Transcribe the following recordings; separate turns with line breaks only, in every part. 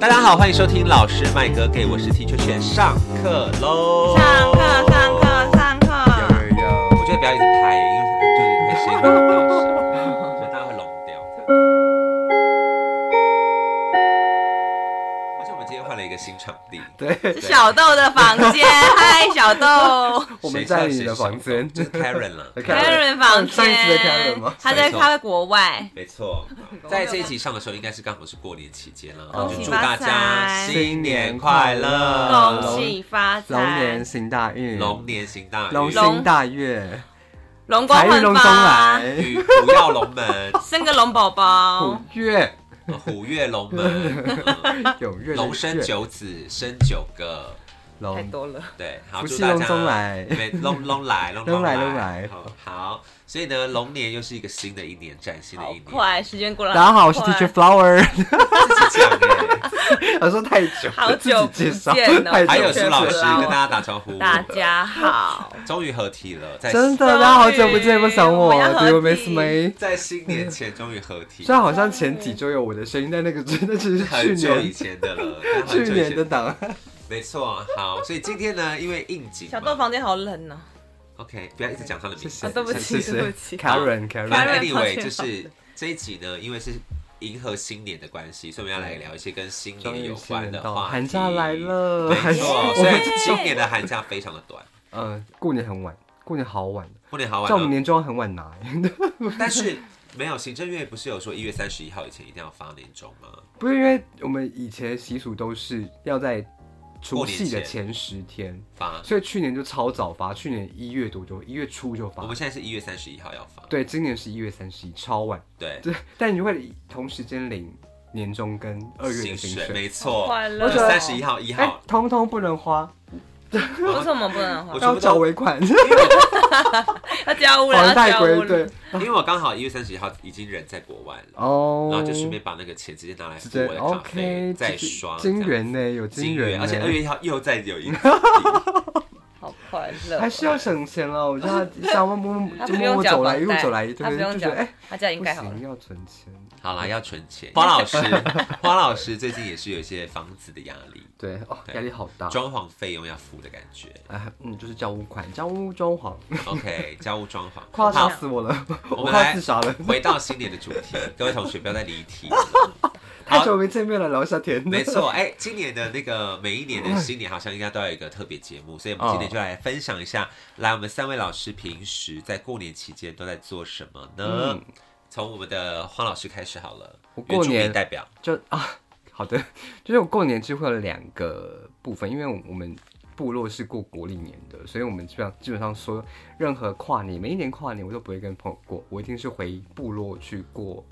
大家好，欢迎收听老师麦哥给，我是 T 圈圈，上课喽！
上课，上课，上课。
有有
我觉得不要一直拍，因为就是会声音很大声，所以大家会聋掉。而且我们今天换了一个新场地，
对，
小豆的房间，嗨，小豆。
我们在你的房间，
就是 Karen 了。
Karen，
Karen 房
上一次的 Karen
间
吗，
他在
没错
他在国外。
没错，在这一集上的时候，应该是刚好是过年期间了，
恭喜
就祝大家
发财
新年快乐，
恭喜发
龙年
财，
行大运，
龙年行大
龙
运，
心大悦，
龙光
财运
焕
龙中
发，
来，
与不要龙门，
生个龙宝宝
虎。月
虎跃龙门，
有月的
龙生
月
九子，生九个。
太
龙，
多了，
对，好，
不
祝
是
大
龙
家
中来
对，龙龙来，龙
龙来
龙
龙来
好，好所以呢，龙年又是一个新的一年，崭新的
好
一年。
快，时间过了。
大家好，我是
快
Teacher Flower，
自己讲耶
我说太久了，
好久不
自己介绍
见哦
太久了
还有苏老师
Flower
跟大家打招呼，
大家好，
终于合体了，在
真的，大家好久不见，不想我
终于我们要合
，Do you
体
miss me？
在新年前终于合体
虽，然好像前几周有我的声音，但那个真的只是去
很久以
年
前的了，很久以
去
前
年的档案，
没错。好，所以今天呢，因为应景嘛，
小豆房间好冷哦。
OK，不要一直讲他的名
谢
字
谢，
啊，对不起
谢谢
对不起
那
Karen Karen，
Karen
anyway，
抱歉
就是这一集呢，因为是迎合新年的关系，所以我们要来聊一些跟新年有关的
终于新年到
话
了
题。
寒假来了
没错，
寒
所以
我们
今年的寒假非常的短，
嗯，过年很晚，过年好晚，
过年好
在我们
晚 了，
年终很晚拿，
但是没有行政院不是有说一月三十一号以前一定要发年终吗？
不是因为我们以前习俗都是要在除
过年
夕的
前
前十天，
发，
所以去年就超早发，去年一月多就一月初就
我
发
们，现在是一月三十一号要发，
对，今年是一月三十一，超晚。
对，
对，但你会同时间领年终跟二月的薪
水
水，
没错，
快乐
我觉得
三十一号一
哎、
号，
通通不能花，
为什么不能
我
花？
全
要
部
找
都
尾款，
要交 屋了，
房
要
贷
交
归
屋
队
了。。
因为我刚好一月三十一号已经人在国外了。
哎哦，
然后就顺便把那个钱直接拿来
直
付
接
我的咖啡，
OK，
再刷
金
这样
元呢，有
金
元
元，
呢，
而且二月一号又再有一个，
好快乐，
还是要省钱了。我觉得他想慢慢
他
就
不
默
用
默
缴
走来，
房
一路
贷，
走来，对
他不
对？
用
就
缴
觉得哎，，
他家已经
不
盖好了
行，。要存钱。
好啦，要存钱。花老师， 花老师最近也是有一些房子的压力，
对哦，
对
压力好大。
装潢费用要付的感觉。
哎，嗯，就是交屋款，交屋装潢，
OK，家 务装潢。
快要
好
吓死我了，
我
我
们
快要
来
自杀了。
回到新年的主题，各位同学不要再离题了。
太
好
久没见面了，聊一下天。
没错，哎、今年的那个每一年的新年好像应该都要有一个特别节目，所以我们今年就来分享一下。来，我们三位老师平时在过年期间都在做什么呢
嗯？
从、我们的花老师开始好了，
我
原
过
住民
年
代表。
就 啊，好的，就是我过年其实会有两个部分，因为我们部落是过国历年的，所以我们基本上基本上说任何跨年，每一年跨年我都不会跟朋友过，我一定是回部落去过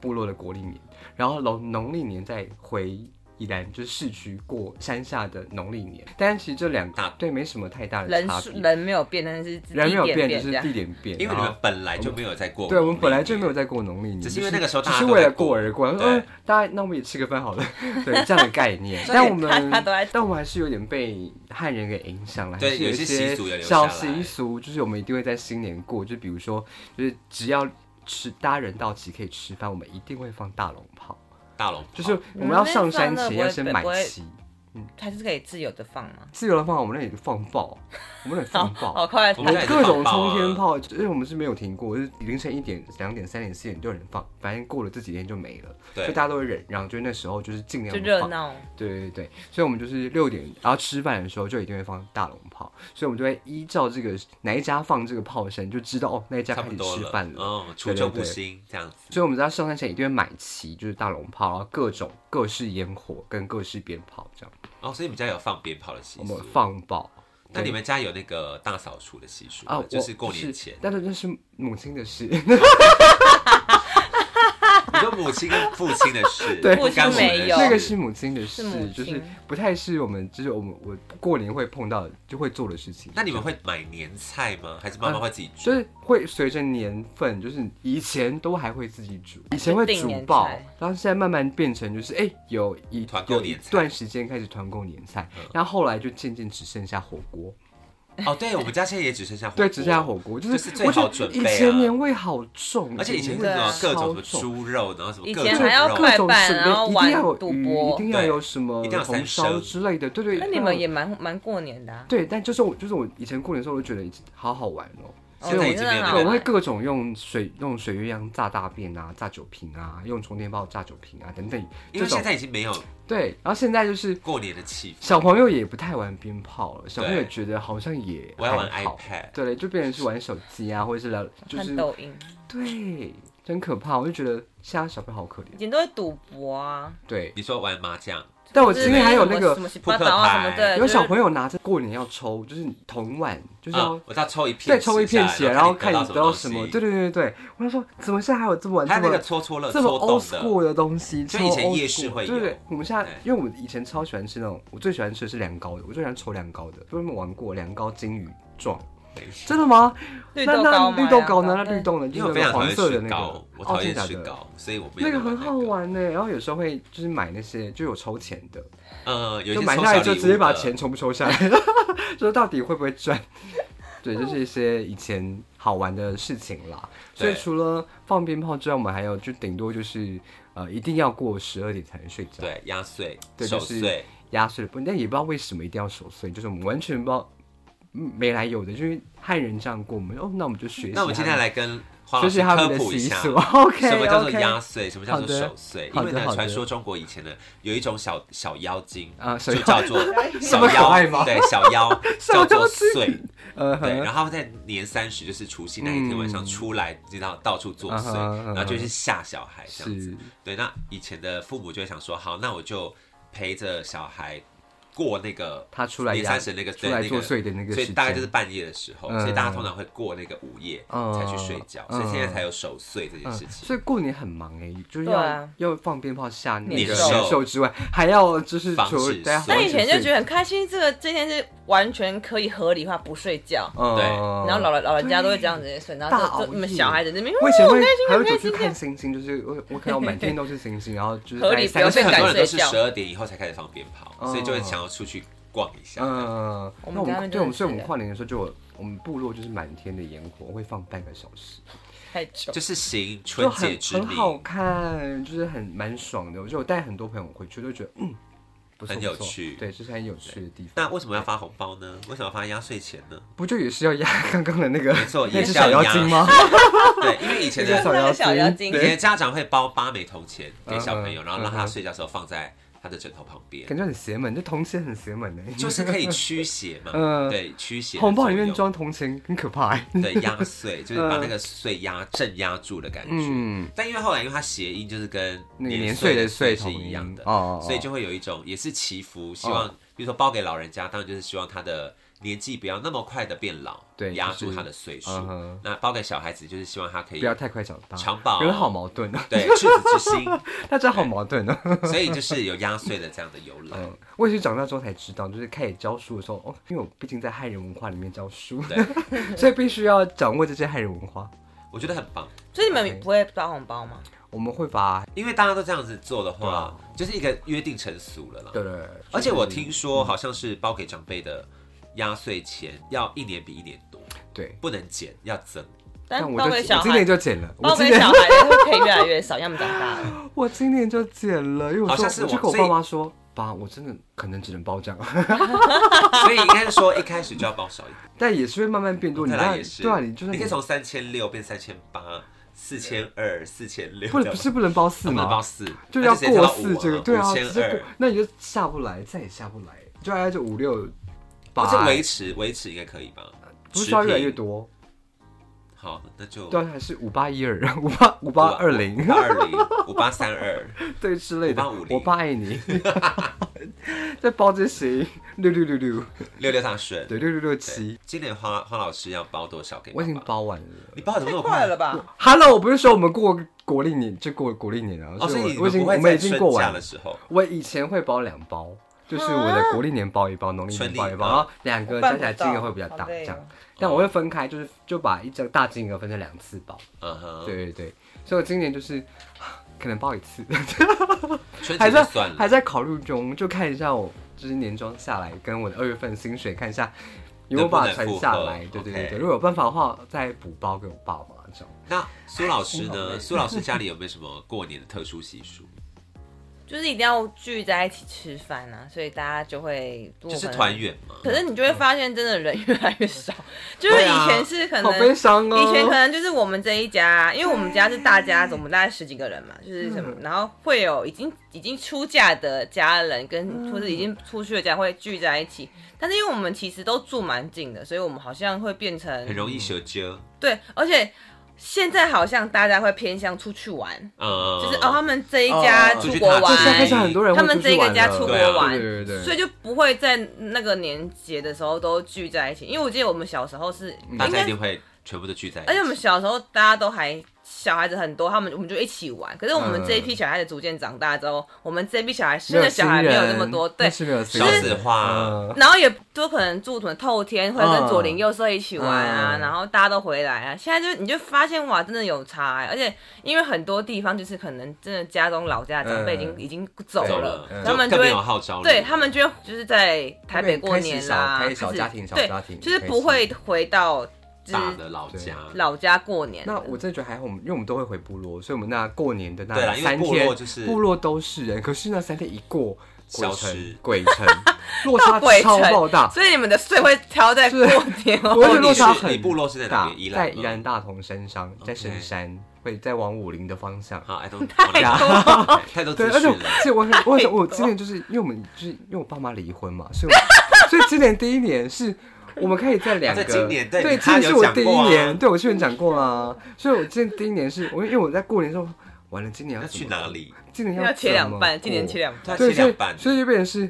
部落的国历年，然后农农历年再回。宜兰就是市区过山下的农历年，但其实这两
大
个对没什么太大的
人
差
数
别，
人没有变，但是地
人没有
点
变，就
这
是
样。
地点变，
因为
然
你
后
们本来就没有在过，
对，我们本来就没有在过农历年，
只是
就
因为那个时候
只
大家
是
都
为
在
了过
过
而过，
对
嗯，大家那我们也吃个饭好了， 对，这样的概 念。
所以
但我
大家
们
都在
但我们还是有点被汉人给影响了，还
对
是
有
一
些习
些
俗有留
小
下来
习俗，就是我们一定会在新年过，就比如说，就是只要吃大家人到齐可以吃饭，我们一定会放大龙炮，
大龙炮，
就是我们
嗯
要
那
上
放
山
那
前
不
要
会
先
不
买
会
旗。
还是可以自由的放吗？
自由的话，我们那里放爆，我们那 里放爆，
好快，
我们现在
各
放
种
爆啊
冲天炮，因为我们是没有停过，就是凌晨一点、两点、三点、四点就有人放，反正过了这几天就没了，
对
所以大家都会忍让，就那时候就是尽量
就
不
热
放。
闹。
对对对，所以我们就是六点，然后吃饭的时候就一定会放大龙炮，所以我们就会依照这个哪一家放这个炮声，就知道哦那一家
差
开
不
始
多
吃
了，
饭了。
嗯，除旧布新这样子。
所以我们在上山前一定会买齐，就是大龙炮，然后各种各式烟火跟各式鞭炮这样，
哦，所以你们家有放鞭炮的习
我们
俗？
放爆。
那你们家有那个大扫除的习俗吗？
啊，
就
我
是过年前，
但是那是母亲的事。
你说母亲跟父亲的事，
对
不干我们的
父亲
事
没有
那个是母亲的事，
是母亲
就是不太是我们，就是我们我过年会碰到的就会做的事情。
那你们会买年菜吗？还是
嗯
妈妈会自己
就
煮？
是会随着年份，就是以前都还会自己煮，以前会煮爆
定年菜，
然后现在慢慢变成就是哎、有一
团购
有一
年菜嗯
段时间开始团购年菜，然后后来就渐渐只剩下火锅。
哦，对我们家现在也只剩下火锅，
对，只剩下火锅，就
就是是最
我觉
好
得
准
以
备
前
啊
年味好重，
而且以前是
对
什
啊
么各种什
超
么
重
猪肉，然后什么
以
各
前
种
还要
肉
各
快
种
板
准
然
备
后
一定
玩
要有
赌
鱼
博
一定要
对
有什么
一定要有
红
三
烧
牲
之类的，对对。
那你们
嗯
也蛮蛮过年的啊。
对，但就是我就是我以前过年的时候，我就觉得好好玩哦。
哦
现在
对
已经
真的
没有
很
那
好
个
我
玩
会各种用水用水鸳鸯炸大便啊，炸酒瓶啊，用充电宝炸酒瓶啊等等
因
这
为
种
现。在已经没有
对，然后现在就是
过年的气氛，
小朋友也不太玩鞭炮了，小朋友
对
觉得好像也
我要玩
还好
iPad
对，就变成是玩手机啊，或者是聊，就
看
是
抖音，
对，真可怕。我就觉得现在小朋友好可怜
嗯
以。前都会赌博啊。
对，
你说玩麻将，
但我
就
今
是
天还有那
什
个
么什么八刀啊什么的，
有小
友
朋友拿着过年要抽，就是铜碗，就是要
嗯，我知道抽一片，
再抽一片血，然后看你
你
得到什么。对
对，
对对对，我就说怎么现在还有这么玩
还
这
有那个
么
搓搓乐、
这么
搓
old
动的，
school 的东西？
就
超
以前
old
夜市
school
会
对对
有
对，我们现在
对
因为我们以前超喜欢吃那种，我最喜欢吃的是凉糕的，我最喜欢抽凉糕的，不知道有没有玩过凉糕金鱼状？真的吗？
绿
那
豆
那
糕
绿豆糕呢？那绿
对
豆呢？
因
就
为
是
我
那
非
个
常讨厌吃
黄色的那
糕
个，，
我
哦
讨
真
厌
的假
吃
的？
糕，所以我没有
那个
玩
很好
那个。
玩呢，然后有时候会就是买那些就有抽钱的，
呃，有一
就
些
买
抽
下来
小
就
礼
直接
物
把
的
钱全部抽下来， 就是到底会不会赚？对，就是一些以前好玩的事情啦。所以
对
除了放鞭炮之外，我们还有就顶多就是呃，一定要过十二点才能睡觉，
对压岁、
对就
守
是
岁，
压岁的部分。但也不知道为什么一定要守岁，就是我们完全不知道嗯没来由的，就是汉人这样过，我们哦，那我们就学习。
那我们今天，来跟黄
学
老
习
师
他们
科
的
普一
习
下，
俗。OK，
什么叫做
OK
压岁，什么叫做守岁？
好
因
的
为
好
呢
的，
传说中国以前呢有一种小小妖精
啊小
就
妖
叫 做
哎
么
小
可爱吗
妖，对，小妖 叫做岁，
呃
对，
呵，
然后在年三十就是除夕那一天晚上
嗯
出来，你知道到处作
啊
祟，
哈啊哈
然后就去吓小孩这样子
是。
对，那以前的父母就会想说，好，那我就陪着小孩过那个
他出来
年
压
三十那个
出来
对那
作
个
祟的那个
所
时
以
间，
大概就是半夜的时候，
嗯
所以大家通常会过那个午夜
嗯
才去睡觉，所以现在才有守岁这件
嗯
事情。
所以过年很忙哎、就是要、
对啊
要放鞭炮吓那个
年
兽
兽之外，还要就是
防
除
止
大家
死
那以前就
得
觉得很开心，这个这件事完全可以合理化，不睡觉。
嗯
对
然后老人老人家都会这样子睡，然
大熬
后就就你们小孩子那边，
我以前会还
很
会
开
走
心
去看星星，就是我我看到满天都是 星星，然后就是
合
大
理
概
不要
而且
三十
很
被赶
多人都
睡
是
觉
十二点以后才开始放鞭炮，
哦
所以就会想要出去逛一下。
嗯，
我
那
们
我
家那
们
边
对我们
真的
所以我
是
们跨年的时候就有我们部落就是满天的烟火，会放半个小时，
太久。
就是行春
就
节
很
之
很
名，
好看，就是很蛮爽的。我就我带很多朋友回去，都觉得嗯不错
很
不
有
错
趣
对，这是很有趣的地方。
那为什么要发红包呢？为什么要发压岁钱呢？
不就也是要压 刚刚的那个
没错
那
也
只
是要
小妖
压
精吗？
对，因为以前
那
的
个小妖精，
小妖精
以
对
前的家长会包八枚铜钱给小朋友，
嗯嗯
然后让他
嗯嗯
睡觉的时候放在他的枕头旁边，
感觉很邪门，这铜钱很邪门呢。
就是可以驱邪嘛。
嗯
对，驱邪的
红包里面
作
装嗯铜钱很可怕哎。
用对压 岁，就是把那个岁压镇压住的感觉。
嗯，
但因为后来，因为它谐音就是跟
那个年
岁
岁的
岁
岁
是
同
一样的，
哦，哦哦
所以就会有一种也是祈福，希望比如说包给老人家，当然就是希望他的年纪不要那么快的变老，
对
压
就是
住他的岁数
嗯哼。
那包给小孩子，就是希望他可以
不要太快长大，
长保
人好矛盾哦，
对赤子之心，
大家好矛盾 哦。
所以就是有压岁的这样的由来。
嗯，我也是长大之后才知道，就是开始教书的时候，哦，因为我毕竟在汉人文化里面教书， 所以必须要掌握这些汉人文化。
我觉得很棒，
所以你们不会包红包吗？
我们会把
因为大家都这样子做的
对啊
话，就是一个约定成俗了啦。
对对，嗯对
而且我听说好像是包给长辈的压岁钱要一年比一年多，
对，
不能减，要增。
但
但我
包
就
给
我
哎小
今年
孩，
就减了，
包
我今
给
年
小孩就会可以越来越少，因为他们长大了。
我今年就减了，因为我
好
说
像是
我就
我
跟我
所以
爸妈说，爸，我真的可能只能包这样，
所以应该是说一开始就要包少一点，
但也是会慢慢变多。你
再
那
来哦也是，
对啊，你就是
你可以从三千六变三千八、四千二、四千六，
不能不是不能包四
啊不能包
吗？
四，那
就是要
直接跳
过
到
四
五
这个，对啊，
五千
直接过
二，
那你就下不来，再也下不来，就大概就五六八，
哦这维持维持应该可以吧？
不是要越来越
持平？
多，
好，那就
对啊，还是五八一二、五八五八二
五
零
八二零、五八三二，
对之类的
5850，
我爸爱你， 再包这些六六六六，
六六大顺。
对六六六七，
今年花花老师要包多少给爸
我已经
爸？
包完了。
你包的怎么那么
快
快
了？吧？
Hello，我不是说我们过国历年就过国历年啊，
哦，所以
以
你
我我已
们不会
经我们
在
已经
春假
过完
的
了。
时候，
我以前会包两包，就是我的
啊
国历年包一包，农历年包一包，然后两个加起来金额会比较大，
哦
这样。但我会分开，就是就把一张大金额分成两次包。
嗯哼，
对对对，所以我今年就是 可能包一次，
春
还
节
在
就算了。
还在考虑中，就看一下我就是年终下来跟我的二月份薪水，看一下有把
能不能
传
复
下
刻
来，对对对对
OK
如果有办法的话，再补包给我爸妈这样。
那苏老师
哎好累
呢？苏老师家里有没有什么过年的特殊习俗？
就是一定要聚在一起吃饭啊，所以大家就会 多
就是
可能
团。圆嘛。
可是你就会发现，真的人越来越 少，就是以前是可
好
能
啊
悲伤哦！
以前可能就是我们这一家，因为我们家是大
嗯
家子，我们大概十几个人嘛，就是什么，然后会有已经已经出嫁的家人
嗯
跟或者已经出去的家会聚在一起，但是因为我们其实都住蛮近的，所以我们好像会变
很
成
容易舌遮，
对，而且现在好像大家会偏向出去玩，
嗯，
就是哦他们这一家
哦
出
出国
就
去
玩
是
踏青，
开始很多人会
他们
出去
这个
玩
家
了
出国
对啊
玩，
对对对对，
所以就不会在那个年节的时候都聚在一起，因为我记得我们小时候是应
嗯大家
该
一定会全部都聚在一起。
而且我们小时候大家都还小孩子很多，他们我们就一起玩。可是我们
嗯
这一批小孩子逐渐长大之后，我们这一批小孩
没
生
有
的小孩
亲
没有
人
那么多，对。
是没有亲
少
人
子化
嗯
然后也都可能住什么透天，会跟左邻右舍一起玩啊，
嗯
然后大家都回来啊。现在就你就发现哇，真的有差、欸，而且因为很多地方就是可能真的家中老家的长辈已经、
嗯
已经走
走
了
了，，
嗯
他们
就
就
更没
会
有号召力。
对他们就会就是在台北过
开始
年
小
啦，
开始小
就是
家庭小
对
家庭
就是
开
不
始
会回到就是
大的老家，
老家过年了。
那我真的觉得还好，我们因为我们都会回部落，所以我们那过年的
对
那
啦因为
三
部
天
落就是
部落都是人，可是那三天一过，
消
鬼城
失
鬼 城落差
鬼
超
城
爆大。
所以你们的税会挑在过年
我
哦。
觉得落差
你是
很
你部落是在哪
大
边宜，兰吗
在宜兰大同山上，在深
OK
山，会再往武陵的方向。
好，I 哎 don't 多 太
太
多
对，
资
而且
讯
我
了。
是我很我很我之前就是因为我们就是因为我爸妈离婚嘛，所以我 所以今年第一年是我们可以在两个
啊在今年对
对，
他
今年是我第
有讲
一
过
年，
啊
对我去年讲过啦，所以我今年第一年是我因为我在过年的时候，完了今年
要
要
去
怎么
哪？里？
今年
要切两半，
怎么过
今年切两半。
他
对，
切
所以
两半，
所以就变成是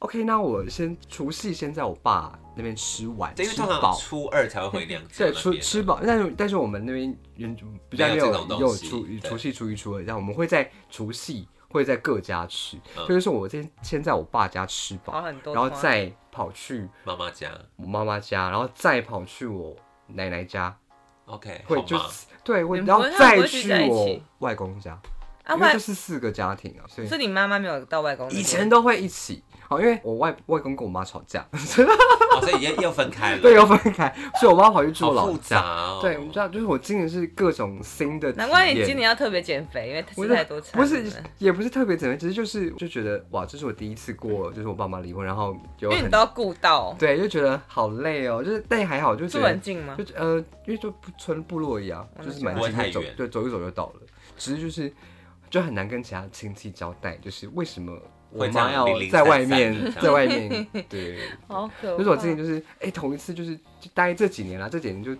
OK，那我先除夕先在我爸那边吃完，
因为
吃
通
饱
常。初二才会回娘家那
对，
边。
吃吃饱，但是但是我们那边原住比较
没
没
有
有
这种东
有
西
除
对
除夕、初一、初二这样，我们会在除夕会在各家吃，
嗯
所以就是我先先在我爸家吃
好
饱，
很多
然后
啊花
再跑去
妈妈家
我妈妈家，然后再跑去我奶奶家，
，OK，
会
好哦
就
吗？
对，会
你们
然后
不会他
再
们不会聚
去
在一
我
起
外公家，
啊，
因
不
为
然
这是四个家庭啊，所以
所以你妈妈没有到外公那边。
以前都会一起。哦，因为我外外公跟我妈吵架，
哦，所以也又分开了，
对，要分开，所以我妈跑去住
好
我老
复杂
家。
哦。
对，我知道，就是我今年是各种新的体验。
难怪你今年要特别减肥，因为
不
吃
是
太多餐
不
了。
是，也不是特别怎么样，只是就是就觉得哇，这是我第一次过，就是我爸妈离婚，然后有
因为你
很
都要顾到
对，就觉得好累哦，就是但也还好，就觉
住
得
很近吗？
就呃，因为就不村部落一样，
嗯
就是蛮
不会
近
太
的，走
远
对，走一走就到了，只是就是就很难跟其他亲戚交代，就是为什么。我
会这样
妈要
零零
在
散
外
散
面，
这
在 外面，对，
好可怕。
就是我之前就是，哎、同一次就是，就大概这几年啦，这几年就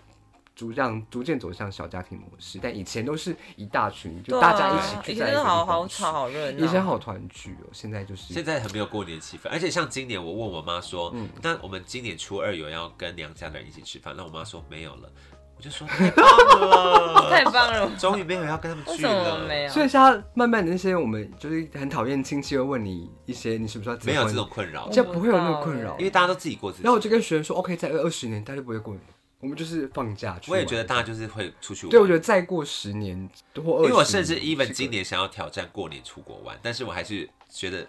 逐渐逐渐走向小家庭模式，但以前都是一大群，就
对啊
大家一起聚
以前
在一
真
个
的
地
好
方
好哦
吃
吵，好热
以前
闹。
好团聚哦，现在就是
现在很没有过年气氛，而且像今年我问我妈说，
嗯
那我们今年初二有要跟娘家的人一起吃饭，那我妈说没有了，我就说太棒
太
了，
棒了，
终于没有要跟他们
为
去
什么
了，
没有？
所以现在慢慢的那些我们就是很讨厌亲戚会问你一些你是不是要结
没有
婚
这，种困扰
这，样不会有那种困
我不知道
扰
欸
因。为大家都自己过自己
然后我。就跟学生说，OK，在二十年大家不会过年，我们就是放假去
我
玩。
也觉得大家就是会出去玩，
对，我觉得再过十年或二十，
因为我甚至 even 今年想要挑战过年出国玩，但是我还是觉得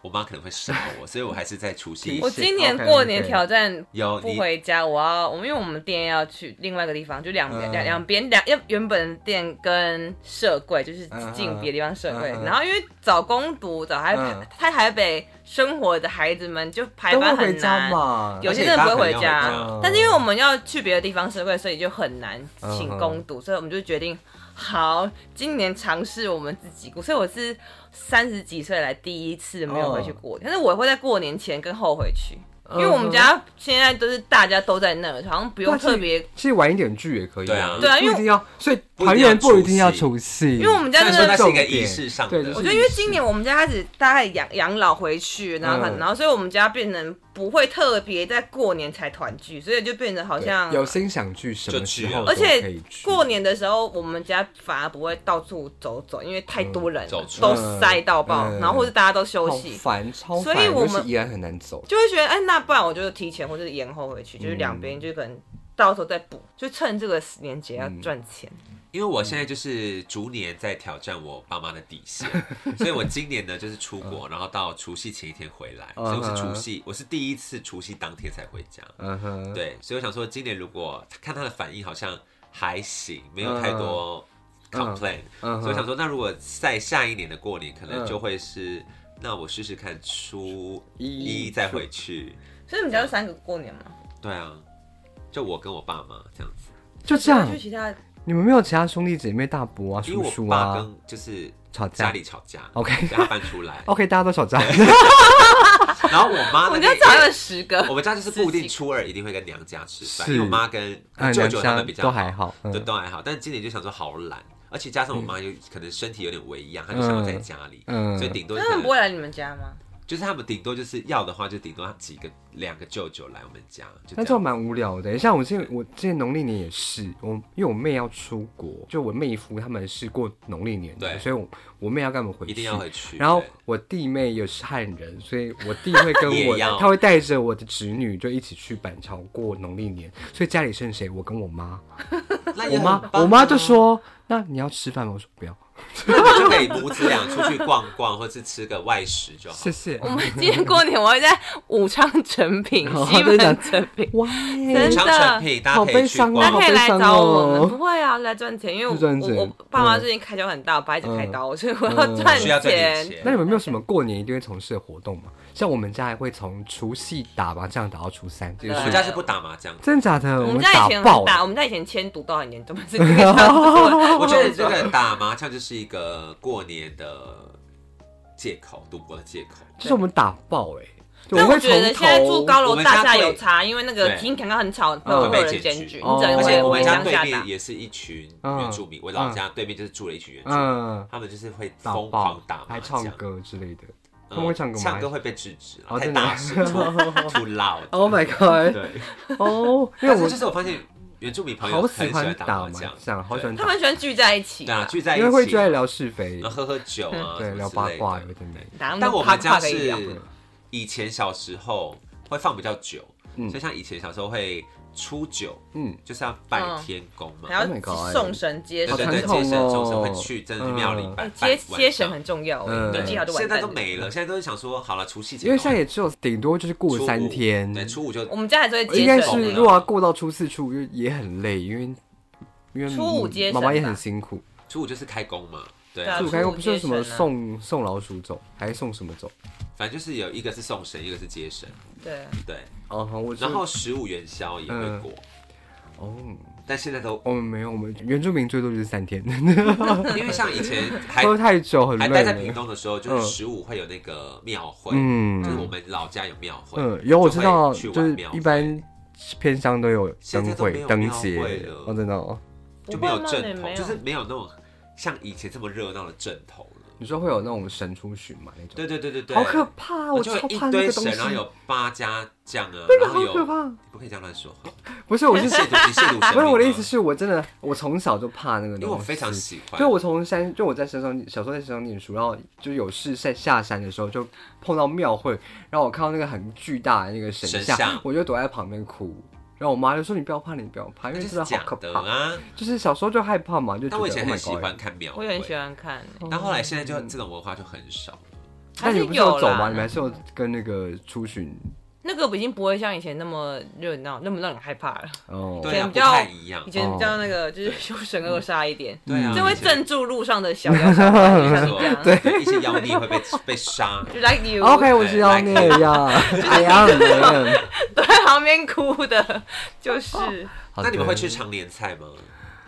我妈可能会杀我，所以我还是在除夕
我
是
今年
OK，OK
过年挑战
有
不
你
回家，我要我们因为我们店要去另外一个地方，就两
嗯
边两两边两要原本店跟社柜就是
嗯
进别的地方社柜
嗯嗯，
然后因为找工读找台
嗯
在台北生活的孩子们就排
都会
班
回
很
家
难，
嘛，
有些真的不会回
而且大家可能
家
要回
家，
但是因为我们要去别的地方社会，所以就很难请工读，所以我们就决定，好，今年尝试我们自己过。所以我是三十几岁来第一次没有回去过年，但是我会在过年前跟后回去，因为我
嗯
们家现在都是大家都在那，好像不用特别，
其实晚一点聚也可以，
对啊
对啊
不
因为
一定要，所以
不一定要
团圆不一定要
除夕
除夕，
因为我们家
虽然说
真
它
的。
是一个仪式上
对就
的，
是
我觉得，因为今年我们家开始大概养养老回去，然后、
嗯
然后，所以我们家变成不会特别在过年才团聚，所以就变成好
对
像
有心想去什么时
就去
候
啊
都
而
可以
且
去
过年的时候，我们家反而不会到处走走，因为太多人了，
走出
都塞到爆，
嗯
然后或是大家都休
好
息，
烦，超烦，
所以我们
尤其宜兰很难走。
就会觉得，哎，那不然我就提前或者
嗯嗯
延后回去，就是两边就可能到时候再补，就趁这个年节要赚钱。
因为我现在就是逐年在挑战我爸妈的底 线，所以我今年呢就是出
嗯
国，然后到除夕前一天回来，所以我是除夕，我是第一次除夕当天才回家。
嗯哼，
对，所以我想说，今年如果看他的反应好像还行，没有太多 complain，、
嗯
所以我想
哼，
说，那如果在下一年的过年，可能就会是，那我试试看初一再回去。
所以你们家就三个过年嘛，
对啊，就我跟我爸妈这样子，
就这样
去，其他
你们没有其他兄弟姐妹、大伯啊、
因
叔
为我
叔
爸
啊
跟就是
吵
家
架
里吵架，
？OK 哦
所以他搬出来，
OK，大家都吵架，
然后我妈
我
那
们家
边。
找了十个，
哦
我们家就是固定初二一定会跟娘家吃饭，因为我妈跟
啊，
舅
两
舅他们
家
比较
都还好，嗯
都都还好。但是今年就想说好懒，而且加上我妈又可能身体有点微恙，她就想要在家里，
嗯
所以顶多
那
就
他
可
们不会
能
来你们家 吗？
就是他们顶多就是要的话，就顶多几个两个舅舅来我们家，就
那
这
就
样。
蛮无聊的。欸像我之前，我之前农历年也是，我因为我妹要出国，就我妹夫他们是过农历年的，
对
所以我我妹要跟我们回去，
一定要回去。
然后
对
我弟妹也是汉人，所以我弟会 跟我
也要，
他会带着我的侄女就一起去板桥过农历年，所以家里剩谁？我跟我妈，
那也很
我妈，
棒
我妈
啊
就，说：“那你要吃饭吗？”我说：“不要，
那我们就可以母子俩出去逛逛，或是吃个外食就好
谢。谢。
我们今年过年我会在武昌成品、
哦
西门成品”，
哇，
真的
长城品大家可以去
好
大
悲伤
家
逛
哦，
可以来找我
好悲伤哦
们。不会啊，来赚钱，因为
是赚钱
我我我爸妈
嗯
最近开销很大，我爸一直开刀，所以我
嗯
要赚
需要赚点
钱。
钱
那。你们有没有什么过年一定会从事的活动吗？像我们家还会从除夕打麻将打到初三，这
我
个
们
是
家是不打麻将的。
真的假的？
我
们
们家以
打
前
爆欸
很打，
了，
我们家以前迁都到很严重，但是这个 差不多 了
我觉得这个打麻将就是一个过年的借口，赌博的借口。
就是我们打爆哎。 就
但
会
我觉得
从
现在
头
住高
我
楼
们
大
家
厦
对
有差，因为那个
对
听感到很吵，会
会
有
被
人
检
检
举
举，
哦
你只能
而
回
且我
回
们家
乡
对
下
面
打。
也是一群
嗯
原住民，我老家对面就是住了一群原住民，
嗯。
他们就是会
打
疯
爆
狂打麻
还
将
唱，歌之类的。
嗯
他们会唱歌吗
唱歌会被制止了，
哦
太
真的
大 声，too too loud。
Oh my god！
对，
哦，因为
但是
我
就是我发现原住民朋友
好
很喜
喜欢
欢
打
麻将，
将，好喜欢
他
打
们，喜欢聚在一起
对啊，
打，
聚在一
因
起，
为会就爱聊是非
然，后喝喝酒啊，
对，
什么
聊
之
八
类的
卦有点没。
打
但我们家
可以
是
聊
以前小时候会放比较久，
嗯
所以像以前小时候会初九，
嗯，
就是要拜天公嘛
还，要
Oh my god
送神接
对
神
对
好
对，
传统
接神
哦
送神会去真的是庙里
嗯
拜
哎，
拜
接
晚
接神
上
很重要
嗯
哎，年纪好就晚
现在
上嗯
都。没了，现在都是想说好了，除夕节
因为现在
也
也只有顶多就是过三天，
对，初五就
我们家还是会接
应该
神，
是
了
如果要过到初四、初五也很累，因为因为
初五接
妈妈
神
也
吧
很辛苦。
初五就是开工嘛，对
对
啊
啊
初五，开工不是有什么
初五接神啊
送送老鼠走，还是送什么走？
反正就是有一个是送神，一个是接神，
对，
对。
哦，好我知
然后十五元宵也
嗯
会过，
哦，
但现在都
我们没有，我们原住民最多就是三天，
因为像以前 还
喝太久很
还
累
待在屏
了。
东的时候，就是
嗯
十五会有那个庙会，
嗯
就是我们老家有庙会，
嗯，有我知
就
道，
会去
就是
玩庙
一般偏乡都有
现在
灯
都没
会、
有
灯
庙
节
会了，
哦，真的哦。
就没有
我爸妈也
正
没
统，
有
就是没有那种像以前这么热闹的正统了。
你说会有那种神出巡嘛那种？
对对对对对，
好可怕！啊我
就有
超
一
怕那
堆
个东
神，
西，
然后有八家将啊，
真的
然后
好可
有
怕。
不可以这样乱说话，
不是，我是
你亵渎你亵渎神明吗。
不是我的意思是我真的，我从小就怕那个东西，
因为我非常喜欢，
就我从山，就我在山上，小时候在山上念书，然后就有事在下山的时候就碰到庙会，然后我看到那个很巨大的那个神
神像
我就躲在旁边哭。然后我妈就说：“你不要怕，你不要怕，
那
因为
就
真
是
的好
假
可
的
怕。
啊。
就是小时候就害怕嘛，就觉
但
得
我以前
“Oh my
很喜
God 嗯
欢看庙
我
会，
也很喜欢看，欸
但后来现在就这种文化就很少，
那
还
你
是
们不是有
有
走吗？
啦
你们还是有跟那个出巡
那个已经不会像以前那么热闹，那么让人害怕了。
哦？ 嗯
对啊，
比
不
较
太一样
以，前比较那个就是凶神恶煞一点，
对啊，
就会
以前
镇住路上的小妖小
哦
怪，就像你讲，
对，一些妖孽会被 被杀，
就 like you
OK，我是妖孽哎呀 ，I am I am。
躲在旁边哭的，就是
好
那你们
的
会吃常年菜吗？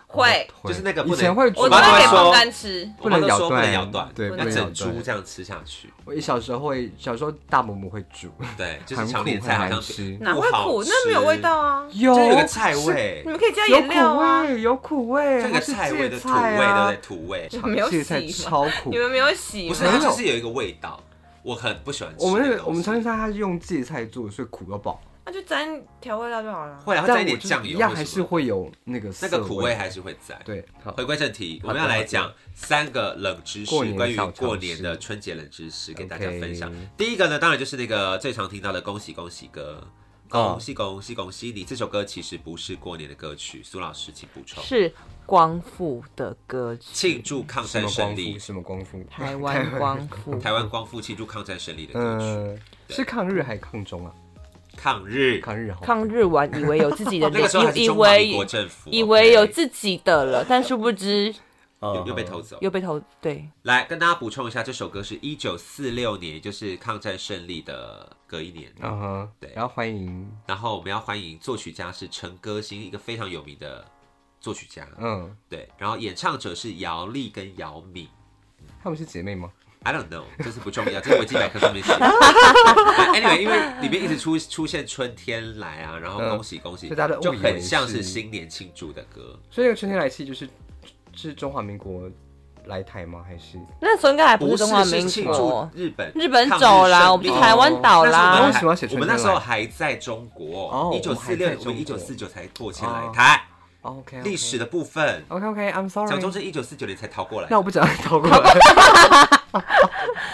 会，
就是那个不
以
能
前会煮
我
妈
都
妈
会给
说
彭干吃，
我妈都说
不
不
能
能
咬
咬
断
断，
对
要
不能
咬
整株
断
这样吃下去。
我小时候会，小时候大伯母会煮，
对，就是
很苦
常年菜好
很难
像
吃哦
哪会苦？那没有味，道啊，
不
有
好 吃就是有个菜味
你，们可以加
有
颜料
苦
啊，
味，有苦味，
这
它
个
是
菜味的
芥
土
菜
味，对不
啊
对？土味
就没有
芥菜
洗嘛，
超苦
你。们没有洗
不
吗
是，？它就是有一个味道，我很不喜欢吃
我
个东西。
们那个我们常年菜它是用芥菜做，所以苦到爆，
那就沾调味料就好了。
会啊，会
但
沾一
我
点
就是
酱
一
油
样
或
还
什
是
么
会有那个涩
那个苦味还是会在。
对。好，
回归正题，
好
我
的
们要来讲三个冷知识
过年，
关于
小常识
过年的春节冷知识，跟大家分享
OK。
第一个呢，当然就是那个最常听到的“恭喜恭喜”歌，
啊
恭喜恭喜恭喜你！这首歌其实不是过年的歌曲，苏老师请补充。
是光复的歌曲，
庆祝抗
什
战
么
胜
光
利
复？，什么光复？
台湾光复。
台湾光复庆祝抗战胜利的歌曲，
嗯，是抗日还是抗中啊？
抗日。
抗日好。
抗日完以为有自己的
那个时候还
领，
是
以
中华民
为
国政府，
以为有
OK
自己的了，但殊不知
哦
嗯
又又被偷走。
又被投对。
来跟大家补充一下，这首歌是一九四六年，也就是抗战胜利的隔一年。
嗯哼，
对
然后欢迎，
然后我们要欢迎作曲家是陈歌辛，一个非常有名的作曲家。
嗯，
对，然后演唱者是姚丽跟姚敏。
她们是姐妹吗？
I don't know，这是不重要，这是维基百科上 面写的。反正 anyway，因为里面一直出出现春天来啊，然后恭喜恭喜，
所以大家都
就
误以为
很像是
是
新年庆祝的歌。
所以那个春天来气就是是中华民国来台吗？还是
那时候应该还不
不
是
是
中华
是
民
庆祝
国，
日本，
日本走啦，
抗
我们
日
是
胜利
台湾岛
那时候我们
啦
哦。为什么要写
我
春
们那
天
时候
来
还在中
哦
国，一
我
九
们
四
还
六
在，
我们一
中
九
国
四九才过迁来
哦
台，
？OK，
历史的部分。
OK OK，I'm
蒋
sorry
中。正一九四九年才逃过来
那，我不讲逃过来，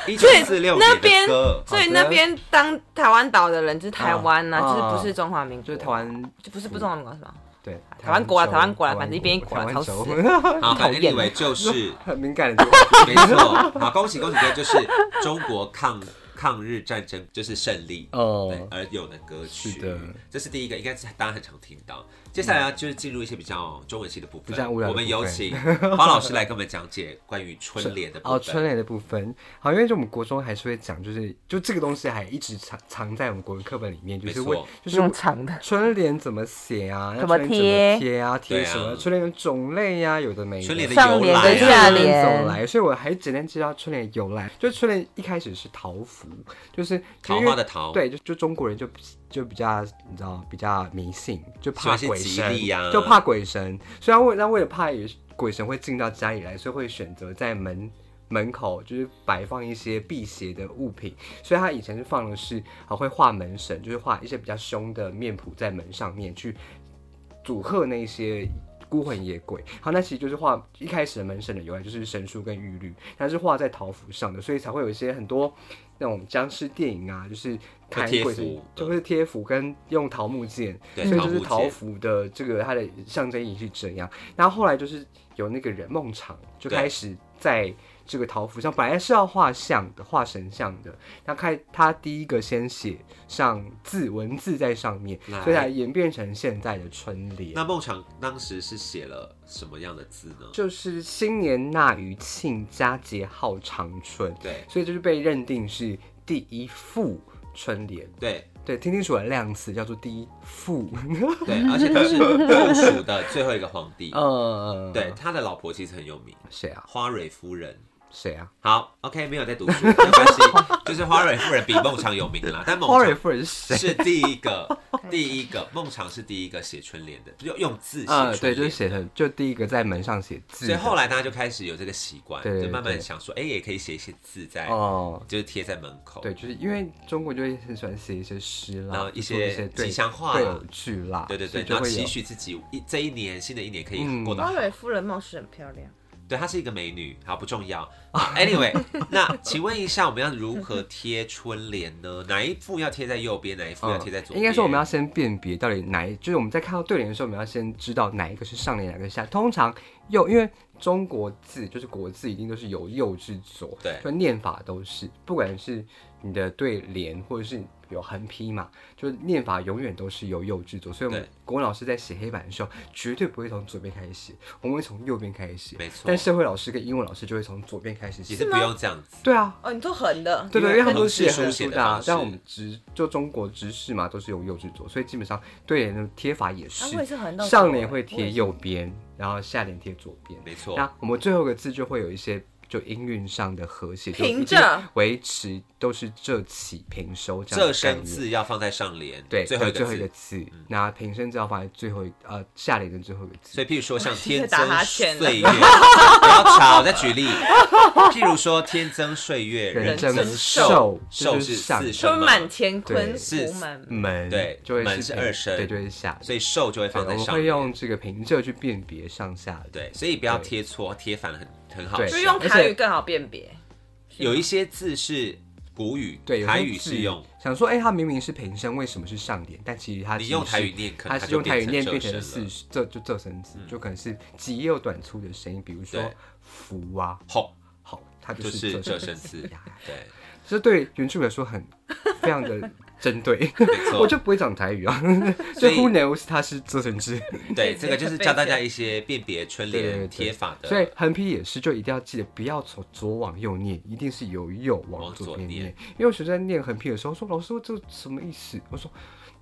一九四六
那
年的
边
歌，
所以那边当台湾岛的人就是台湾呐，
啊
就是不是中华民国，
就是台，湾，
就不是不是中华民国是吧？
对，
台湾国啊
州
台湾国啊
台
反正一边一国啊
台湾
吵
州
好，反正
讨厌
anyway 就是
很 敏感的地
没错，好，恭喜恭喜，就是中国抗抗日战争就是胜利。
方，
对
哦，，
而有的歌曲，
是的
这是第一个，应该是大家很常听到。接下来啊就是进入一些比较中文系的部
比
分，
较无聊的
我们
部分
有请黄老师来跟我们讲解关于春联的部分。
哦，春联的部分，好，因为就我们国中还是会讲，就是就这个东西还一直藏藏在我们国文课本里面，就
没
是
错
为就
就是用长的，
春联怎么写啊，
嗯怎么
那春
贴
联怎么贴啊，
对
贴
啊
什么？春联的种类呀，有的没的。
春联的
上
由
联
来
跟
啊，
下
春联
联
走来，所以我还简单知道春联由来。就春联一开始是桃符，就是
桃花的桃，，
对，就就中国人就就比较你知道比较迷信，就怕
喜欢
鬼
一些
神，
吉利啊呀
就怕鬼神。虽然为那为了怕也鬼神会进到家里来，所以会选择在门门口就是摆放一些辟邪的物品。所以他以前是放的是啊会画门神，就是画一些比较凶的面谱在门上面去阻吓那些。孤魂野鬼，好，那其实就是画一开始的门神的由来就是神书跟玉律，它是画在桃符上的，所以才会有一些很多那种僵尸电影啊，就是砍
贴
鬼
符
就是贴符跟用桃木剑，所
对
以就是
桃木
桃
剑
符的这个它的象征意义是这样。然后后来就是有那个人孟昶就
对
开始在这个桃符上，本来是要画像的，画神像的，那开他第一个先写上字文字在上面，
来
所以才演变成现在的春联。
那孟昶当时是写了什么样的字呢？
就是新年纳余庆，佳节号长春，
对
所以就是被认定是第一副春联。
对
对，听清楚了，量词叫做第一副。
对，而且他是后蜀的最后一个皇 帝，
呃，
对，，他的老婆其实很有名，
谁啊？
花蕊夫人。
谁啊？
好，OK，没有在读 书，没关系， 就是花蕊夫人比孟昶有名啦，但孟
花蕊
昶
夫人是谁？
是第一 个，第一个孟昶是第一个写春联的，就用字写
啊，
春
对，就是
联。
写成，就第一个在门上写字
所以
的。
后来大家就开始有这个习惯，
对对
就慢慢
对
想说，哎，也可以写一些字在，
哦，
就是贴在门口。
对，就是因为中国就会很喜欢写一些诗啦，
然后一些
就是对
吉祥话啦
对有句啦，
对对
所
对
以，就
然后
会
期
有。
许自己一这一年新的一年可以
嗯
过得
花
好。
蕊夫人貌似很漂亮，
对，她是一个美女，好不重要。Anyway，那请问一下，我们要如何贴春联呢？哪一副要贴在右边，哪一副要贴在左边？
嗯哦应该说我们要先辨别到底哪一，就是我们在看到对联的时候，我们要先知道哪一个是上联，哪个是下。通常右，因为中国字就是国字，一定都是由右至左，
对
就念法都是，不管是你的对联或者是有横批嘛，就是念法永远都是由右至左。所以我们
对
国文老师在写黑板的时候，绝对不会从左边开始写，我们会从右边开始写。
没错
但社会老师跟英文老师就会从左边开始
也
写
是。不用这样子。
对啊，
哦，你做横的，
对对，因为他们都是
因为
横
横式书
竖
写
的
的
啊
方，式
像我们直就中国直视嘛，都是由右至左，所以基本上对联的贴法也
啊
是
我也是横到左
上联会
我也
贴
是
右边，然后下联贴左边。
没错，
那我们最后一个字就会有一些就音韵上的和谐，就
平
一定
仄
维持都是仄起平收这样
这
的概
声
念。
字要放在上联，
对，
最后一
最
个
后一个
字。嗯
字，那平声字要放在最后一呃下联的最后一个字。
所以，譬如说像天
打哈
增
欠了
岁月，不要吵，我再举例。 譬如说天增岁月，
人
人
增
增
寿
寿，寿
就是
是
上
四声
春
嘛，
满乾坤，
对
是
福满。
门
对
就会
门是
平
二声
对，就会下。
所以寿就会
对
放
我
在
们
上
会
联。
用这个平仄去辨别上下的。
对，所以不要
对
贴错，贴反很很好
对
笑。
就用
而且
台语更好辨别。
有一些字是古语
啊对，有些
台语
字
是用，
想说，哎、它明明是平声，为什么是上点？但其实它
你
其
用
实
台
是
语念可
它
能
是
它
用
就
台语念
变
变成
成
四
是
这就仄声字，就可能是极右短粗的声音，比如说
嗯对
福啊，
吼，
好，它
就
仄
是
声
这声 词，
呀
对，
这对原著来说很非常的针对。
没错
我，就不会讲台语啊，就
所以
Who knows 它是仄声字，
对，这个就是教大家一些辨别春
对对对
联贴法
所以
的，
横批也是，就一定要记得不要从左往右念，一定是由右往
往
左
左
边
念
念。因为我学生在念横批的时候说：“老师，这什么意思？”我说：“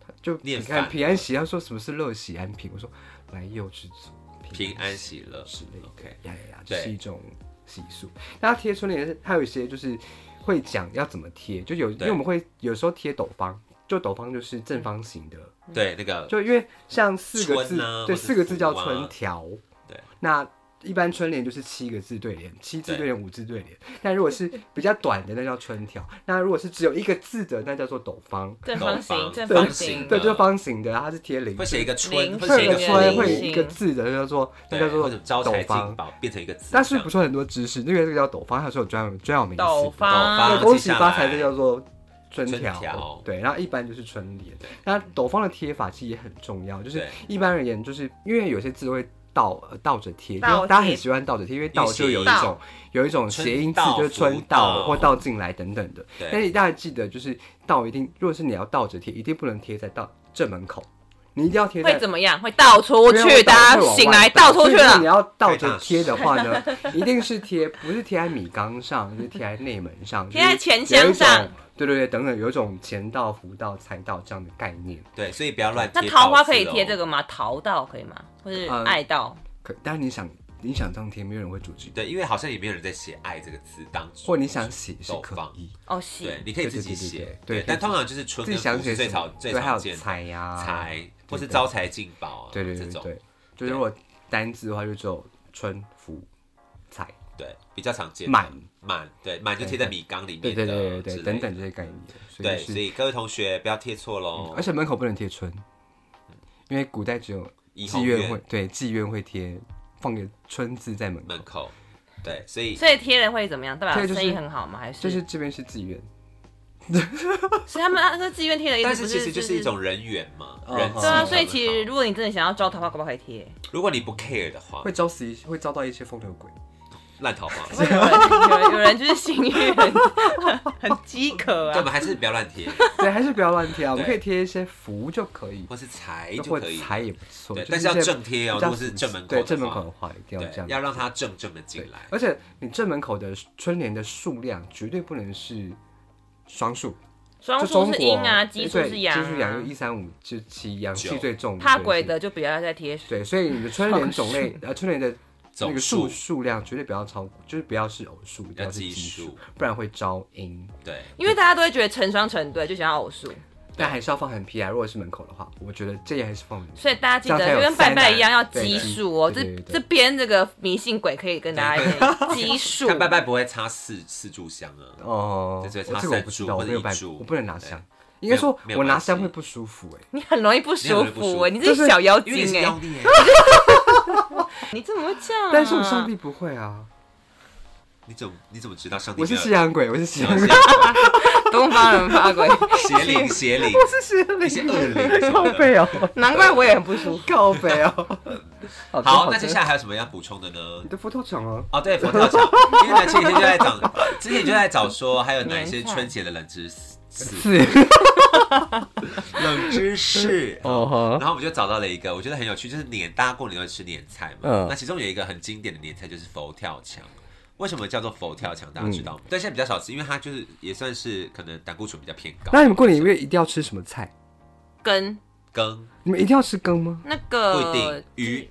他就
念
平安
反
平安喜。”他说：“什么是乐喜安平？”我说：“来右之左，
平安喜乐
之类的。
，OK，
呀呀呀，这
对
是一种习俗。那它贴春联是还有一些就是会讲要怎么贴，就有因
对
为我们会有时候贴斗方，就斗方就是正方形的，
对，那个
就因为像四个字，
春啊
对，
或是
四个字叫
福啊
春条。
对，
那一般春联就是七个字对联，七字
对
对联，五字对联。那如果是比较短的，那叫春条；那如果是只有一个字的，那叫做斗方。
正方形，
方
正
对
方
嗯
形，
对，就是方形的，它是贴零
会写一个春，
零
会
会
写一个
有一个春，
零
会有
春，
一个字的，那叫做那
对，
叫
或
做
者招
斗
财进
方。
宝变成一个字，
但是
这样
不是很多知识？那个那个叫斗方，它是有专门专有名词。
斗
斗
对，
方
方，
恭
接
喜
下
发财，
来
这叫做春条。
春条
对，然后一般就是春联。那斗方的贴法其实也很重要，就是
对
一般而言，就是因为有些字都会倒呃倒着贴，因
倒
为大家
贴
很喜欢倒着贴，因为倒就有一
倒
种有一种谐
春
音字，
倒
就是春
福
倒
倒
或倒进来等等的。
对
但是大家记得，就是倒一定，如果是你要倒着贴，一定不能贴在倒正门口，你一定要贴在
会怎么样？会倒出
因为
去
我
的
倒
啊，
会往
醒
外
来倒
倒
出去
所以如果你
了，
要倒着贴的话 呢，一定是贴，不是贴在米缸上，就是贴在内门上，
贴在
就是
钱箱上
有一种。对对对，等等，有一种钱到、福到、财到这样的概念。
对，所以不要乱贴。哦
那桃花可以贴这，个吗？桃道可以吗？或是
呃
爱道？
可，但是你想，你想这样贴，没有人会阻止你，
对，因为好像也没有人在写“爱”这个字当主，
或你想写是可
斗方
以，
哦，喜
对，你可以自己
对对
写
对对，对对
但通常就是春
自
跟
己想
福
写
是最
什么
常最
对，还有
常见的
财呀，，
财或是
啊对
招财进宝啊，
对对对
这
对
种
对，就是如果单字的话，就只有春福财
对比较常见的
满，
满，对满就贴在米缸里
对
面
对
的
对对
之
对，
类
等
的
等这些概念，所以
对，
是嗯
所以各位同学不要贴错喽。
而且门口不能贴春，因为古代只有
怡
妓
红
院
院
会对妓院会贴放个春字在门口
门，口，对，所以
所以贴了会怎么样？代
贴
表
就是
生意很好吗？还是
就是这边是妓院，
所以他们那个志愿贴的意思
但
不
是其实就是是一种人缘嘛，
哦
人际
对啊，
上
所以
的
其
好
实如果你真的想要招桃花，可不可以贴？
如果你不 care 的话
会，招死一些会遭到一些风流鬼。
烂桃花，
有人有人就是性欲很很饥 渴
对我
啊，
们还是不要乱 贴，
对，还是不要乱贴啊，我们可
对
以贴一些福就可以，
或是财就
或
可以，
财也不错
对，
就
但是
是
要
一些
正贴哦
比，
如
较
果是
朴
正
实
门口
对
的
正门口
话
的话一定要这
对
样，，
要让它正正的进
对
来，，
而且你正门口的春联的数量绝对不能是双数，
双
就
数
中
是
国哎
阴啊，
对
奇数是阳
奇数阳，就
啊
一，三五就七，阳气
九
最重，
怕
对
鬼
是
的就不要再贴。
对，所以你的春联种类，呃，春联的那
总
个数
数
数量绝对不要超过，就是不要是偶数，不
要
是
奇
奇数
数，
不然会招阴。
对，
因为大家都会觉得成双成对，就想要偶数，
但还是要放横批啊，如果是门口的话，我觉得这也还是放门口。
所以大家记
这样才
得
有
就跟拜拜一样要
对
奇数哦。
对
这
对对对
这边这个迷信鬼可以跟大家一起 奇数，
看拜拜不会插四四炷香啊，
哦，我
这
这
是他
个我不
三
知
柱
道，我
或者
没有
一
办法，
柱
我不能拿香。应
没有
该说
没，有
我拿
关
香
系
会不舒服哎。
你很容易不
你很
舒
容易不舒
服
服
哎，你这
就是
是小妖
因为你
精
是妖
哎，
孽，啊
你怎么会这样啊？
但是我上帝不会啊，
你怎么你怎么知道上帝
我
没
是
有？
西洋鬼，我是西
邪
洋鬼，
东方人发 鬼，
邪灵邪灵，
是西 洋
一些恶灵什
靠
么的。
背哦，
难怪我也很不舒服。
靠背哦。
好，那接下
来
来还有什么要补充的呢
你？的佛跳墙啊，
哦，对，佛跳墙，因 为呢，前几天就在讲，之前就在找说还有哪一些春节的冷知 识，
是
冷知 识。
哦
然
哈，
后我们就找到了一个，我觉得很有趣，就是年大家过年都会吃年菜嘛。
嗯
那其中有一个很经典的年菜就是佛跳墙。为什么叫做佛跳墙？大家知道吗？
嗯
但现在比较少吃，因为它就是也算是可能胆固醇比较偏高。
那你们过年月一定要吃什么菜？
跟
羹
你们一定要吃羹吗？
那
不
个
一
呃
定，鱼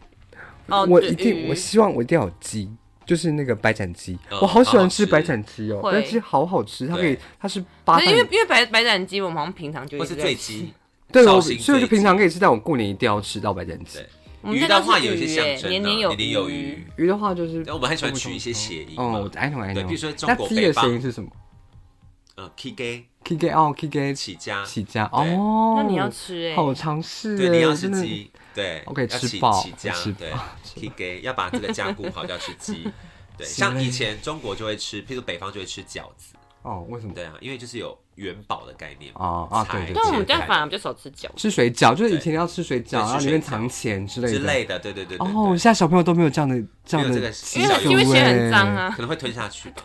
哦，
我
对
一定，
鱼
我希望我一定要有鸡，就是那个白斩鸡，
嗯
我好喜欢吃
好好吃
白斩鸡哦，
会
白斩鸡好好吃，它可以
对，
它是
可
八
是因为
瓣，
因为白白斩鸡，我们好像平常就
或
一直
是
在
醉
吃
鸡，
对我，
绍兴
所以我就
醉鸡
平常可以吃，但我过年一定要吃到白斩鸡
对。
我们
鱼
家
的
都
话
是
有一些
鱼
象
耶
征啊，
年年有
年年有
余
余。
鱼的话就是，
但我们很喜欢取一些谐音嘛
哦，我 I know I
对
know。
比如说中
那
国
鸡
北
的谐
方
音是什么
呃，K G
？K K 哦，K K
起家，
起家
对
哦，
那你要吃哎，
好尝试
对，你要吃
真的
鸡，对，
我可以
要
吃
起
饱
起家
吃，
对
饱
，K G 要 把这个家顾好，就要吃鸡。对，
行
像
嘞
以前中国就会吃，譬如北方就会吃饺子，
哦，为什么？
对啊，因为就是有元宝的概念嘛
哦啊，对
菜对
对
但我们
对
对，
家反而比较少吃饺子，
吃水饺就是以前要吃水
对
饺，然后
吃
里
水
面
饺
藏钱之类的。
之类的，对对对对对
哦，现在小朋友都没有这样的这样
没有这
的
个习
习
因
俗
小
欸，
为因为血很脏啊，
可能会吞下去吧。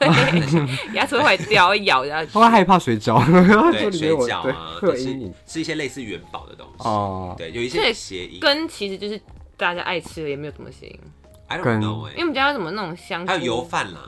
牙齿会坏掉，一咬下去
他。会害怕水饺，说
对，
里
水
面我
饺
对
啊，
会有
都是
阴影
是一些类似元宝的东西。
哦。
对，有一
所
些
以
谐音。
跟其实就是大家爱吃的也没有怎么谐音，
I
跟
don't know 哎、
因为我们家有什么那种香菇，
还有油饭啦，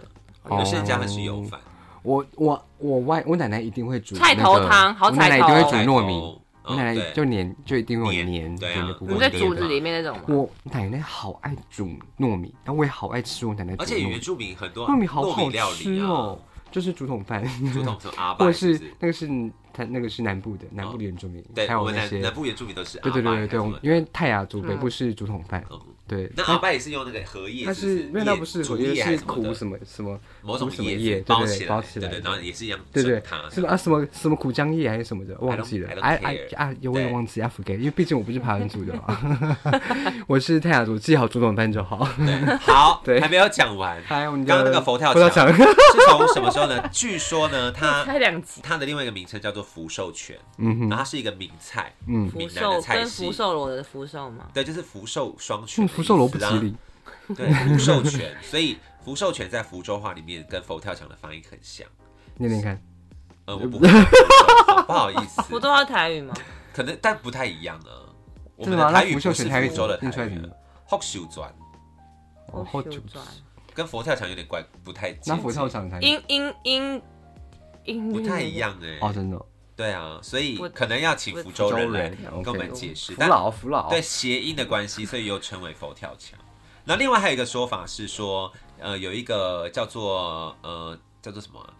哦
有些人家会吃油饭，
我我我外我奶奶一定会煮
菜
那
头
个
汤好
我奶
彩
奶一定会
头
煮
菜
糯
头
米，我
哦
奶奶
对
就黏就一定会有
黏
黏
对啊
黏的部
你们
分
在
对
竹子里面那种吗？
我奶奶好爱煮糯米，然后我也好爱吃我奶奶煮
而
的
且
糯米
原，住民很多
糯米好
糯
好
米料
吃
理啊，
哦，就是竹筒饭，
就那 种阿爸
或者
也是，
是
哦
那个是它那个是南部的南部的原住民，
对，
还
我
有
们
那
南
些
南部原住民都是阿
对
爸
对对对对，我们
还是什么的
因为泰雅族北部是竹筒饭，
嗯
对，
那阿爸也是用那个荷叶，
它是
不
没有它不是
煮
我
叶
觉
还
得
是
是苦
么
什么什么
的某种
什么
叶
叶，
子
对
包
对
起
对，包起
对
来
对，
的，
然后也是一样
对
整
对
它，
是吧？啊，什么什么苦姜叶还是什么的，忘记了
I don't-。I
哎
don't
哎
care
啊！我也
对
忘记 I forget，因为毕竟我不是爬人族的嘛， 我是泰雅族，记好竹筒饭就好。
对，好，
对
还没有讲完，
还有
刚
你
刚
的
那个佛跳
佛
墙
墙，
是 从什么时候呢？据说呢， 它
才两集，
它的另外一个名称叫做福寿全，
嗯
然后
哼，
它是一个名菜，
嗯，
福
闽南的
寿
菜
跟
系
福寿螺的福寿吗？
对，就是福寿双全 的意思啊，
嗯福寿螺不吉利，
对，福寿全，所以福寿全在福州话里面跟佛跳墙的发音很像。
念念看。
呃，我不 会讲福州话，不好意思，
福州话台语吗？
可能但不太一样啊。我
真
们
的吗？
的台
那
语
福
不
寿
是
全台语
福
怎
州
么
的
念出
台
来怎
语
么
啊，福寿转
哦，后九
修转
跟佛跳墙有点怪，不太接
那
近
佛跳墙台语
音音音音
不太一，样哎。
哦，真的哦
对啊，所以
我
可能要请福州人来跟我们解释。
福
但
老福老，
对谐音的关系，所以又称为佛跳墙。那另外还有一个说法是说，呃，有一个叫做呃叫做什么啊、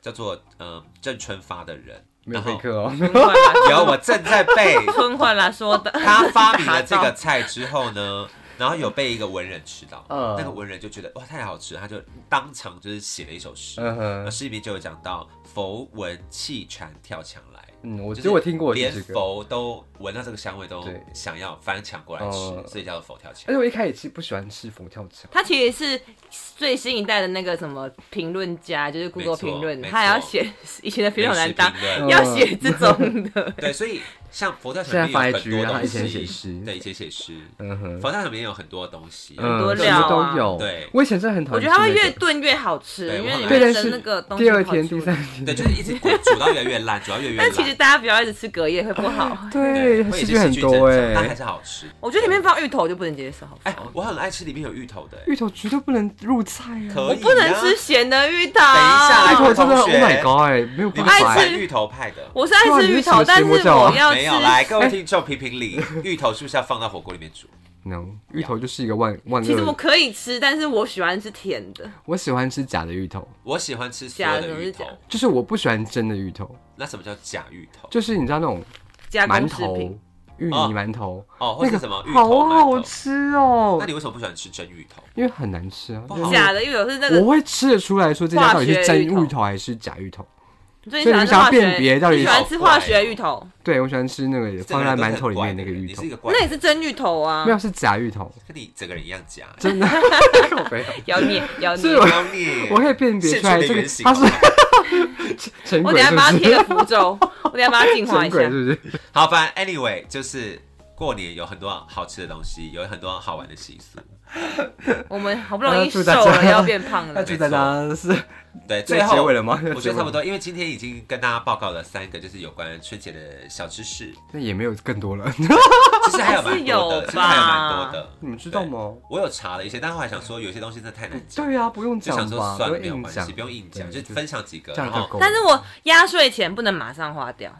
叫做呃郑春发的人，
没
然
有
后
备课 哦。
吞坏啦
有我正在 背
吞坏啦说的，
他发明了这个菜之后呢，然后有被一个文人吃到，
嗯
那个文人就觉得哇太好吃了，他就当场就是写了一首诗，
嗯
那
哼，
诗里面就有讲到佛闻气禅跳墙来。
嗯，我
就
觉
是
得我听过这
连
个。
佛都闻到这个香味，都
对
想要翻墙过来吃，
嗯
所以叫做佛跳墙
呃
而。且我一开始其实不喜欢吃佛跳墙，
他其实是最新一代的那个什么评论家，就是
没
Google
错
评论
没，错
他还要写以前的评论很难
美食评
当，
哦
论
要
呃
写这种 的。
对，所以像佛教
现
墙
在
里面有很多
发 IG，然后
东
以前
西，
写诗
对，以前写诗，
嗯哼，
佛教里面有很多东西，
嗯，
多
什
料
么
啊
都有。
对
我以前真的很讨
我
厌
觉
吃
得它
那个。
会越炖越好吃，
对
因
我
为
很
里
爱
对，
面
但
的
是
那个东西
第二
跑出来
天、第三天，
对，就是一直滚煮到越来越烂，煮到越来越
但其实
烂。
大家不要一直吃隔夜，会不 好。
对，
对，
会有
细
一
菌
些
很
细菌增
多
长，但还
哎。
是好吃。
我觉得里面放芋头就不能接受，
啊
哎，我很爱吃里面有芋头的，哎
芋头绝对不能入菜啊！
可
我
以啊。
不能吃咸的芋头。
下
芋头真的
同
，Oh
学
my god，哎，没有
你
办
们
爱
是
法
吃
哎。
吃芋头派的。
我是爱吃芋头，但是我要
没有，来
吃。
各位听众评评理，芋头是不是要放到火锅里面煮？
No，芋头就是一个万 万
其实我
恶。
可以吃，但是我喜欢吃甜的。
我喜欢吃假的芋头，
我喜欢吃所有
假的
的
是
芋头
假的，
就是我不喜欢真的芋头，
那什么叫假芋头？
就是你知道那种
加工
馒
食
头
品，
芋泥
哦
馒头，
哦，或
那
者
个
什么芋头
好好
馒头？
吃哦
那，你为什么不喜欢吃真芋头？
因为很难吃啊。
不
就是
好
假的芋头是那
我
个，
会吃得出来说这家到底是真芋头还是假芋头。
最近
所以你
喜欢吃
们想要
化学，
辨别到底
你喜欢吃化学芋头，
对，我喜欢吃那个放在馒头里面那个
你
芋
这人都是很怪的人你
头
是一，个怪
那也是真芋头啊
没。有是假芋头，
跟你整个人一样假，
真的。靠北啊
咬 你，咬你
是。
不要你，
我可以辨别出
现
来这
出的
个
原型
它是
好不
成
我等一
鬼
下
是
帮
不
他
是？
贴个符咒，我等一下帮他净化
成
一下
鬼。是不是？
好，反正 anyway 就是过年有很多好吃的东西，有很多好玩的习俗。
我们好不容易瘦
那祝大
了，
家
要变胖
那
了。
祝大家是
对，最
在
后
结尾了吗？
我觉得差不多，因为今天已经跟大家报告了三个，就是有关春节的小知识，
那也没有更 多了，
其实还有蛮多
还是有
的，
吧
其实还有蛮多的。
你们知道吗？
对？我有查了一些，但后来想说有些东西真的太难讲，
对啊，不用
就想
讲
说
吧，
算了，
用
没有
硬
关系，
讲，
不用硬讲，
对
就分享几个，
这
然
样就
后
够了。
但是我压岁钱不能马上花掉，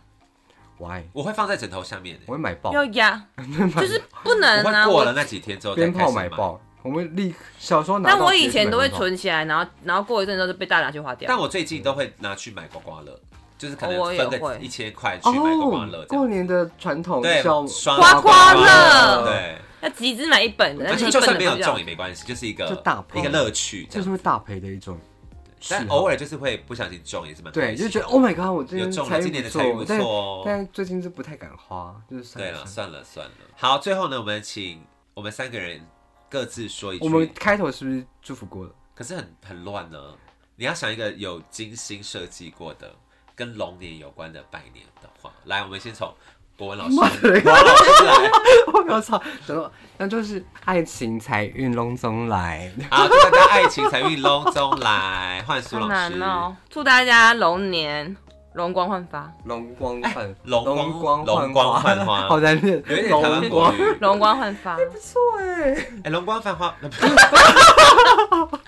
why
我会放在枕头下面，
我会买爆
要， 压，就是不能
我
啊。
会过了
我
那几天之后再
鞭
开
炮
始
买
买。
爆，我们立小时候拿到
但我
直接
以前
买
都会
爆
存起来，然后然后过一阵之后就被大拿去花掉
但。我最近都会拿去买刮刮乐，就是可
哦我
能分
也会
个一千块去买刮刮乐
哦，
这样
过。年的传统
对，
叫
刷
刮刮乐
对，
那集资买一本的，
而
但是
且
一
就
本
算
的
没有
不要
中也没关系，就是一个
就大炮
一个乐趣这
这是
样。
会大赔的一种嗜好，
但偶尔就是会不小心中，也是蛮
对，
开心
就
的
觉得 Oh my God，我最
有
近
中
财
了，今
运
年
不
的
错，
财运不
但
错哦。
但最近是不太敢花，就是算
对
了
了，
算
算
了
了算了。好，最后呢，我们请我们三个人各自说一
我们
句。
开头是不是祝福过了？
可是很很乱呢，你要想一个有精心设计过的跟龙年有关的拜年的话，来，我们先从国文老师，国文老师来，
我操！想说那就是爱情财运隆 中来，
好，祝大家爱情财运隆中来，换 苏
好
老
难
师。
哦！祝大家龙年龙光焕发，
容光焕
容哎光
容光
容光
焕
焕发
好难念，
有一点台湾
容
国
光
语，
龙光焕发，
错哎，
哎，龙光繁花，那不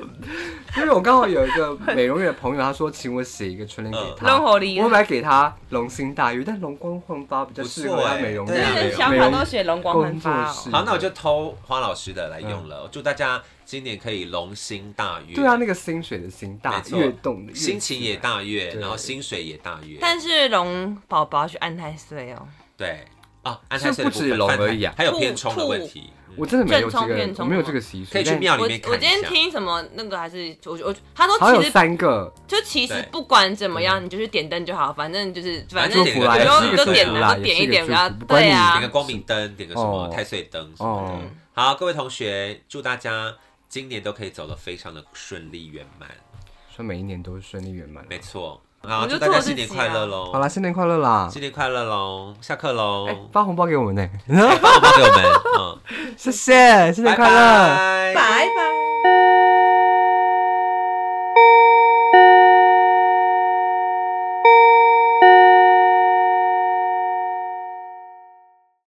因为我刚好有一个美容院的朋友，他说请我写一个春
嗯
联给
龙
他。
火啊力
我。本来给他龙心大悦，但龙光焕发比较适合他美容
不错
那
欸
个
对
院
小
美
卡
容
都写龙光焕发哦
工作室
好，那我就偷花老师的来用了。祝大家今年可以龙心大悦，
嗯对啊，，那个薪水的薪大
没错
跃动的跃
心情也大悦，
对
然后薪水也大悦。
但是龙宝宝去安太岁哦，
对啊，安泰
是
岁
不
的部
止
分
龙
犯太
而已啊
还有
兔
偏冲的
兔
问题。嗯
我真的没有这
正冲
个
变，冲
我没有这个习俗，
可以去
但
庙
我
里面看一下。
我今天听什么那个还是我我他说
好像
其
有
实
三个，
就其实
对嗯
不管怎么样，你就去点灯就好，反正就是
反
反
正
正
祝
你
点
福
个
啦，
灯
也
就
祝福
都
啦
点
也
了，都点一啊点，
是个祝
不要
福不关
对啊
啊点个光明灯，点个什么
哦
太岁灯什么的。
哦，
好，各位同学，祝大家今年都可以走得非常的顺利圆满。
说每一年都顺利圆满。
没错，好，
我就
祝大家
做自
新年
己
快乐
啊
喽！
好啦，新年快乐啦！
新年快乐喽！下课喽！
哎，发红包 给我们呢，
发红包给我们，嗯，
谢谢，新年快乐。
拜拜
拜拜。